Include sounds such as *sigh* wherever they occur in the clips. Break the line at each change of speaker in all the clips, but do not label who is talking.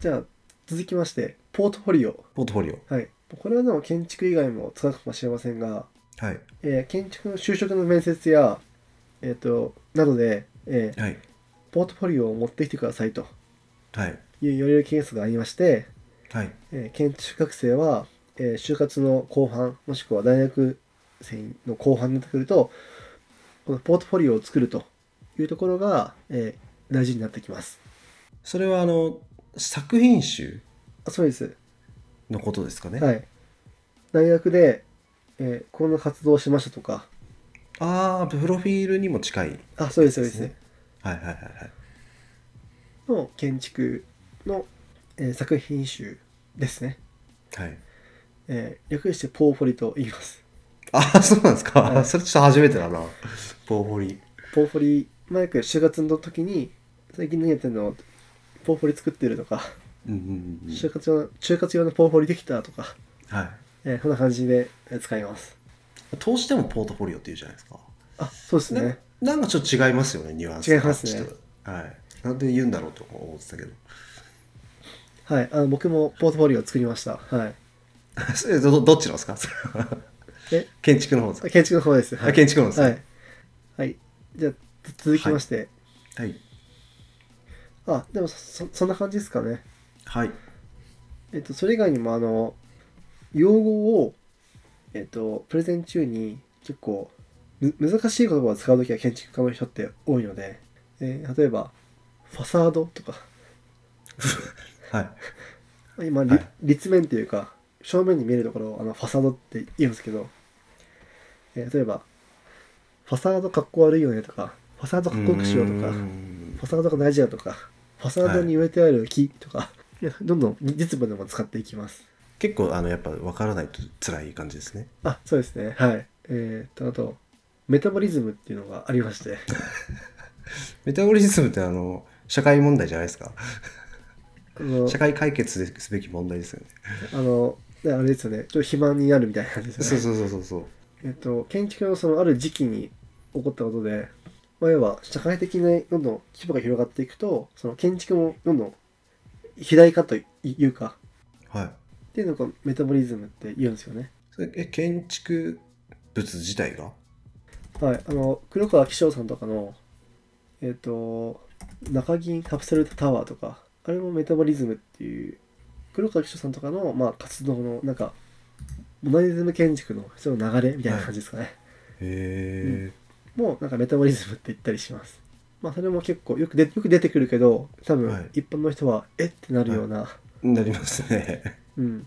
じゃあ続きましてポートフォリオ
ポートフォリオ。
はいこれはでも建築以外も使うかもしれませんが、
はい。
えー建築の就職の面接やえっ、となどで、えー
はい。
ポートフォリオを持ってきてくださいと
はい。
いう言われるケースがありまして、
はい。
えー建築学生は、えー就活の後半もしくは大学生の後半になってくるとこのポートフォリオを作るというところが、えー大事になってきます
それはあの、作品集
あそうです
のことですかね。
はい大学で、えーこんな活動をしましたとか
ああ、プロフィールにも近い。
あそうですそうです
ねはいはいはいはい。
の建築の、えー作品集ですね、 *laughs*
はい。
えー略してポーフォリと言います
ああ、そうなんですか。
はい
*laughs* それちょっと初めてだな。ポーフォリ。
ポーフォリまあよく就活の時に最近何やってんのポーフォリ作ってるとか
うんうんうんうん。
就活用の就活用のポートフォリオできたとか、
はい。
えーそんな感じでえー使います
投資でもポートフォリオっていうじゃないですか。
あそうですね
なんかちょっと違いますよね、ニュアンスが。
違いますね
ちょっと。はい。なんで言うんだろうと思ってたけど。 *laughs*
はいあの僕もポートフォリオを作りましたはい
それどどっちのですかそれは
え
建築の方ですか
あ建築の方です
あ建築の方です
は
ね
い、はい、じゃあ続きまして、
はい。
あでもそそそんな感じですかね
はい。
えっとそれ以外にもあの用語をえっとプレゼン中に結構む難しい言葉を使う時は建築家の人って多いので、えー例えばファサードとか
はい。
今、り
はい
立面というか正面に見えるところをあのファサードって言うんですけど、えー例えばファサードかっこ悪いよねとかファサードかっこよくしようとか
うー
フ
ん
ァサードが大事だとかファサードに植えてある木とか、いやどんどん実務でも使っていきます
結構、あの、やっぱ分からないと辛い感じですね。
あそうですねはいえー、とあとメタボリズムっていうのがありま *laughs* して
メタボリズムって、あの、社会問題じゃないですか。
あの
社会解決すべき問題ですよね。
あのねあれですよねちょっと肥満になるみたいな感じです
そ
よ
う
ね
そうそうそうそう。
えっと、建築のそのある時期に起こったことで、まあ、要は社会的にどんどん規模が広がっていくと、その建築もどんどん肥大化というか、
はい。
っていうのがメタボリズムって言うんですよね。
それえ建築物自体が
はい。あの、黒川紀章さんとかの、えっと、中銀カプセルタワーとか、あれもメタボリズムっていう、黒川紀章さんとかの、まあ、活動の、なんか、モナリズム建築のその流れみたいな感じですかね。
へえ、
もうなんかメタボリズムって言ったりします。まあそれも結構よくでよく出てくるけど多
は
分
い
一般の人はえってなるような、
なりますね。
うん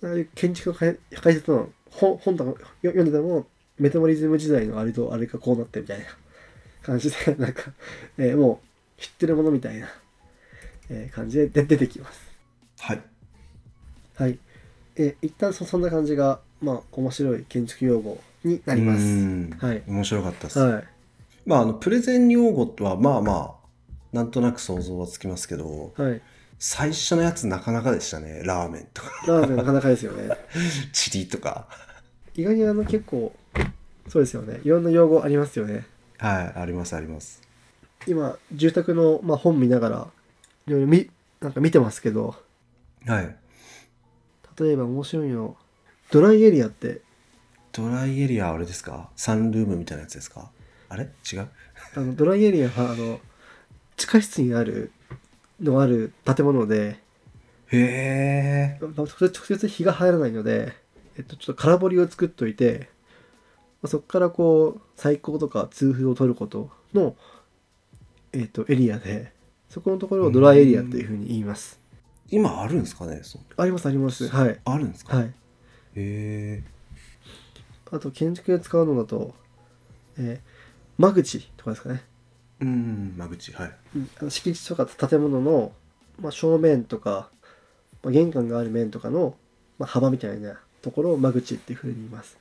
なんか建築の解解説の本本とかよ読んでてもメタボリズム時代のあれとあれがこうなってみたいな感じでなんか、えーもう知ってるものみたいな、えー感じでで出てきます。
はい。
はい。えー一旦そそんな感じがまあ面白い建築用語になりま
う
す。
ん
はい
面白かったです。
はい。
まあ、あの、プレゼン用語は、まあまあ、なんとなく想像はつきますけど、
はい。
最初のやつなかなかでしたね。ラーメンとか、 *laughs*
ラーメンなかなかですよね。 *laughs*
チリとか。
意外にあの結構そうですよねいろんな用語ありますよね
はい、ありますあります。
今住宅の、まあ、本見ながらいろいろみなんか見てますけど
はい。
例えば面白いのドライエリアって
ドライエリアあれですかサンルームみたいなやつですかあれ違う
あのドライエリアはあの地下室にあるのある建物で
へえ。
まあ直接直接日が入らないので、えっと、ちょっと空堀を作っといて、まあ、そこからこう最高とか通風を取ることの、えっと、エリアでそこのところをドライエリアというふうに言います。
今あるんですかねそう
ありますあります。はい。
あるんですか、
はい。
へえ。
あと建築で使うのだと、えー間口とかですかね。
うん、間口、はい。
うんあの敷地とか建物の、まあ、正面とか、まあ、玄関がある面とかの、まあ、幅みたいなところを間口っていうふうに言います。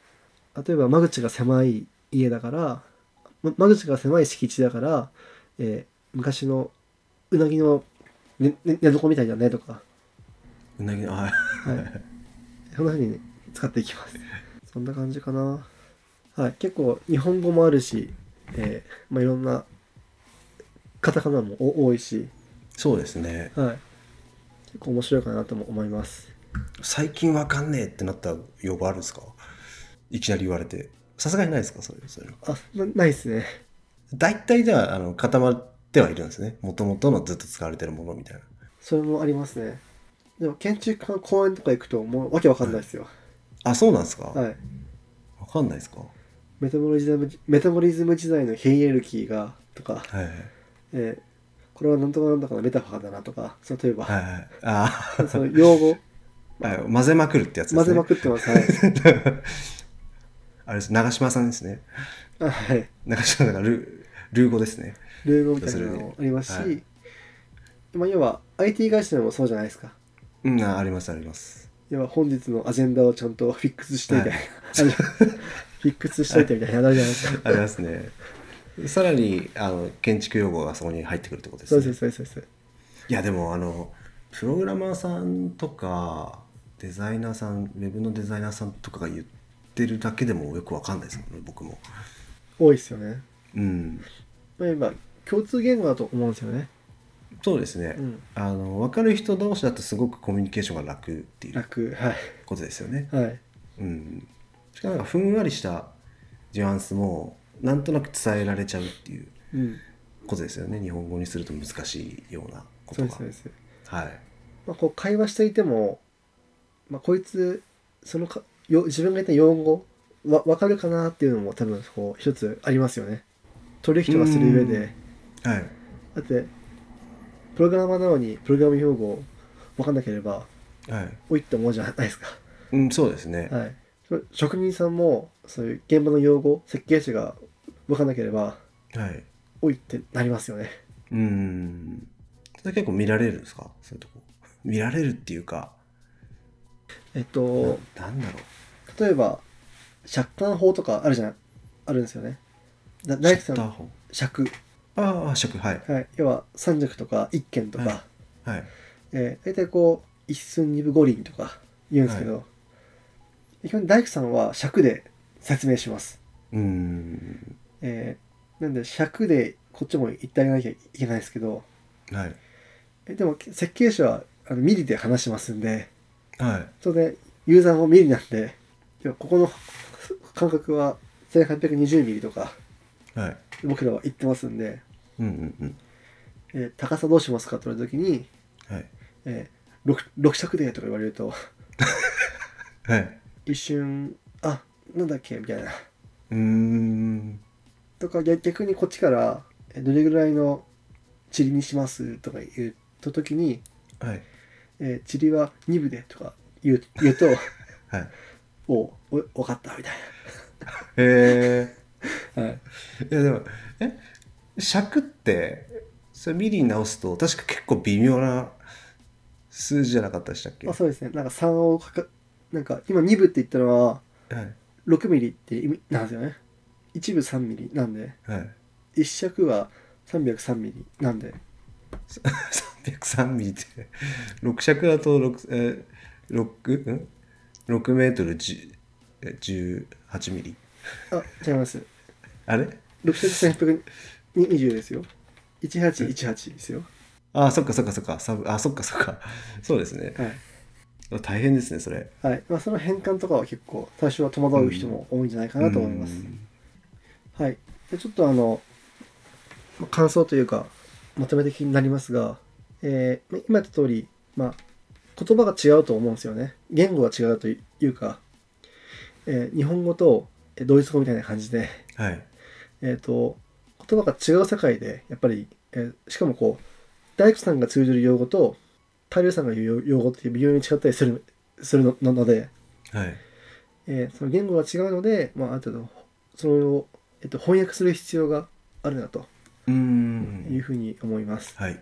例えば間口が狭い家だから、ま間口が狭い敷地だから、えー昔のうなぎの寝寝寝床みたいだねとか、
うなぎの、はい。
はい、そんな風に、ね、使っていきます。そんな感じかな。はい、結構日本語もあるし、えーまあ、いろんなカタカナもお多いし、
そうですね。
はい、結構面白いかなとも思います
最近わかんねえってなった用語あるんですかいきなり言われて。さすがにないですかそれ。それ
あなないですね
大体じゃあ、あの、固まってはいるんですね。もともとのずっと使われてるものみたいな。
それもありますねでも建築家の公園とか行くともうわけわかんないですよ
あ、そうなんですかわ、
はい
かんないですか
メタボリズムメタボリズム時代のヘイエルキーがとか、
はいはい。
えーこれはなんとかなんとかのメタファーだなとかそう例えば、
はいはい。あ
*laughs* その用語
あ、はい
*laughs*
混ぜまくるってやつで
混
す
ぜ
ね。
まくってますはい
*laughs* あれです。長島さんですね。
あ *laughs* はい
長島さんがルルー語ですね。
ルームみたいなのもありますし、
要するには
まあ、要は IT 会社でもそうじゃないですか
うん、あありますあります。
要は本日のアジェンダをちゃんとフィックスしてみたいな、あの *laughs* フィックスしといてみたいなのあるじゃないですか
ありますね。さらにあの建築用語がそこに入ってくるってことです
そ
ね。
うですそうですそうです
いやでもあのプログラマーさんとかデザイナーさんウェブのデザイナーさんとかが言ってるだけでもよくわかんないですもんね僕も。
多いですよね
うん、
まあ今共通言語だと思うんですよね
そうですね。
うん
あの分かる人同士だとすごくコミュニケーションが楽っていう
楽は
ことですよね。
いはい
うん、しかもなんかふんわりしたニュアンスもなんとなく伝えられちゃうっていう
うん
ことですよね日本語にすると難しいようなこ
そ
と
う
が
ですそうです
はい
まあ、こう会話していても、まあ、こいつそのかよ自分が言った用語わ分かるかなっていうのも多分こう一つありますよね取引とかする上
う
で
んはい
だってプログラマーなのにプログラム用語分かんなければ
はい、
おいって思うじゃないですか、
うん、そうですね、
はい、そ職人さんもそういう現場の用語設計士が分かんなければ
はい、
おいってなりますよね
うんそれ結構見られるんですかそういうとこ見られるっていうか
えっと
ななんだろ
例えば借款法とかあるじゃんあるんですよねだ
う
大工さ
シャッター
ん
ホン
借
ああ尺はい
はい、要は三尺とか一軒とか、
ははい
えー大体こう一寸二分五厘とか言うんですけど、基本大工さんは尺で説明します、
うん
えーなんで尺でこっちも言ってあげなきゃいけないですけど
はい
えでも設計士はあのミリで話しますんで
はい
当然ユーザーもミリなんで要はここの間隔は1820ミリとか
はい
僕らは言ってますんで、
うんうんうん
えー高さどうしますかと言われた時に、
はい
えー、6, 6尺でとか言われると
はい
一瞬あなんだっけみたいな
うん
とか逆逆にこっちからえどれぐらいの塵にしますとか言った時に、
はい
えー、塵は2部でとか言う言うと *laughs*
はい
おお分かったみたい
へえ
な、はい、
*laughs* いやでもえ尺ってそれミリに直すと確か結構微妙な数字じゃなかったでしたっけ、
あ
はい、
そうですねなんか3をかかなんか今2部って言ったのは6ミリって意味なんですよね1部3ミリなんで
はい
1尺は303ミリなんで
303ミリって6尺だと6えー6ん6メートル10え18ミリ
あ違います
あれ
6尺1820ですよ1818ですよ
あそっかそっかそっかサブあそっかそっかそうですね
はい
大変ですねそれ
はいまあ、その変換とかは結構最初は戸惑う人も多いんじゃないかなと思います、
うん
はいでちょっとあのまあ感想というかまとめ的になりますが、えーまあ今言った通り、まあ、言葉が違うと思うんですよね言語が違うというか、えー日本語とえードイツ語みたいな感じで、
はい
えー、と言葉が違う世界でやっぱり、えーしかもこう大工さんが通じる用語と大量さんが言う用用語って微妙に違ったりするするのなので
はい
えーその言語が違うので、まあ、ある程度それを、えっと、翻訳する必要があるなと
う
いうんふうに思います。
はい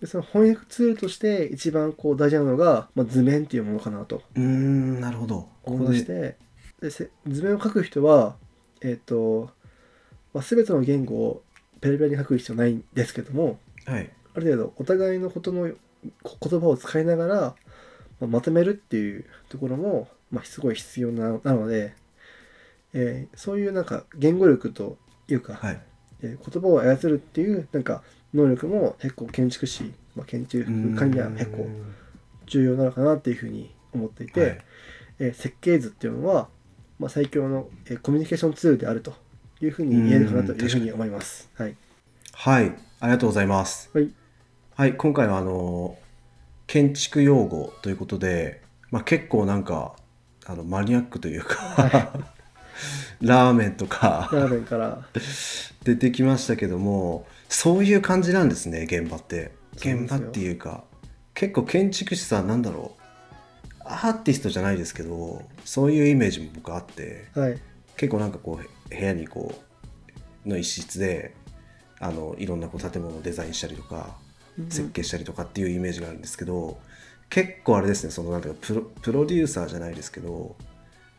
でその翻訳ツールとして一番こう大事なのが、まあ、図面っていうものかなと
うーんなるほど
思いましてでせ図面を書く人は、えっとまあ、全ての言語をペラペラに書く必要ないんですけども
はい
ある程度お互いのことのこ言葉を使いながら、まあまとめるっていうところも、まあ、すごい必要ななので、えーそういうなんか言語力というか、
はい
えー言葉を操るっていうなんか能力も結構建築士まあ、建築家には結構重要なのかなっていうふうに思っていて、
はい
えー設計図っていうのは、まあ、最強の、えーコミュニケーションツールであるというふうに言えるかなというふうに思います。はい、
はい、ありがとうございます。
はい、
はい、今回はあの建築用語ということで、まあ、結構なんかあのマニアックというか、
*laughs*
ラーメンとか
ラーメンから
出てきましたけどもそういう感じなんですね現場って
そうですよ
現場っていうか結構建築士さんなんだろうアーティストじゃないですけどそういうイメージも僕あって
はい
結構なんかこうへ部屋にこうの一室であのいろんなこう建物をデザインしたりとか設計したりとかっていうイメージがあるんですけど、結構あれですねそのなんていうかプロプロデューサーじゃないですけど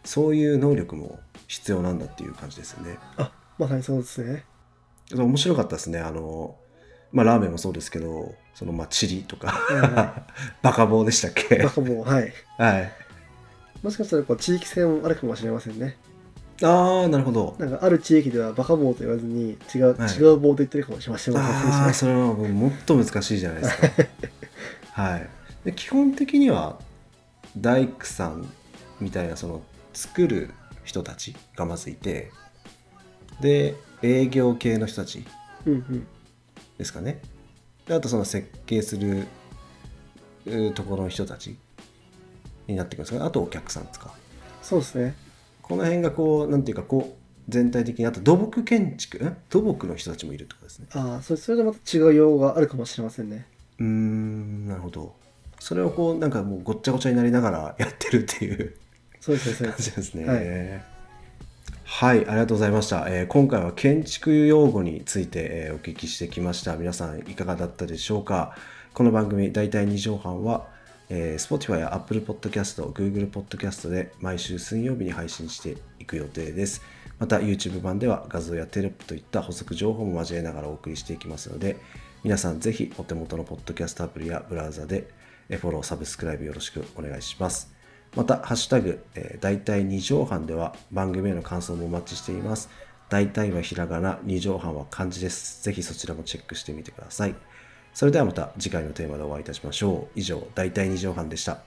そういう能力も必要なんだっていう感じですよね。
あまさにそうです
*laughs*
ね。
面白かったですねあのまあラーメンもそうですけどそのまあチリとか、
はいは
*laughs* バカ棒でしたっけ
*laughs* バカボンはい。
はい
もしかしたらこう地域性もあるかもしれませんね。
ああなるほど
なんかある地域ではバカ棒と言わずに違う、
はい
違う棒と言ってるかもしれませんし
ああ
ね。
それはもうもっと難しいじゃないですかはいで基本的には大工さんみたいなその作る人たちがまずいてで営業系の人たち
うんうん。
ですかねであとその設計するうーところの人たちになってくるんですかねあとお客さんですか
そうですね。
この辺がこうなんていうかこう全体的にあと土木建築ん土木の人たちもいるってことですね
ああ、それそれでまた違う用語があるかもしれませんね。
うーんなるほどそれをこうなんかもうごっちゃごちゃになりながらやってるっていう
そうですね、そう
感
です。
じですねはい、ありがとうございました、えー今回は建築用語について、えーお聞きしてきました皆さんいかがだったでしょうかこの番組大体2畳半は、えー Spotify や Apple Podcast、Google Podcast で毎週水曜日に配信していく予定です。また YouTube 版では画像やテロップといった補足情報も交えながらお送りしていきますので、皆さんぜひお手元のポッドキャストアプリやブラウザでえーフォロー、サブスクライブよろしくお願いします。また、ハッシュタグ、えー、大体2畳半では番組への感想もお待ちしています。大体はひらがな、2畳半は漢字です。ぜひそちらもチェックしてみてください。それではまた次回のテーマでお会いいたしましょう。以上、大体2畳半でした。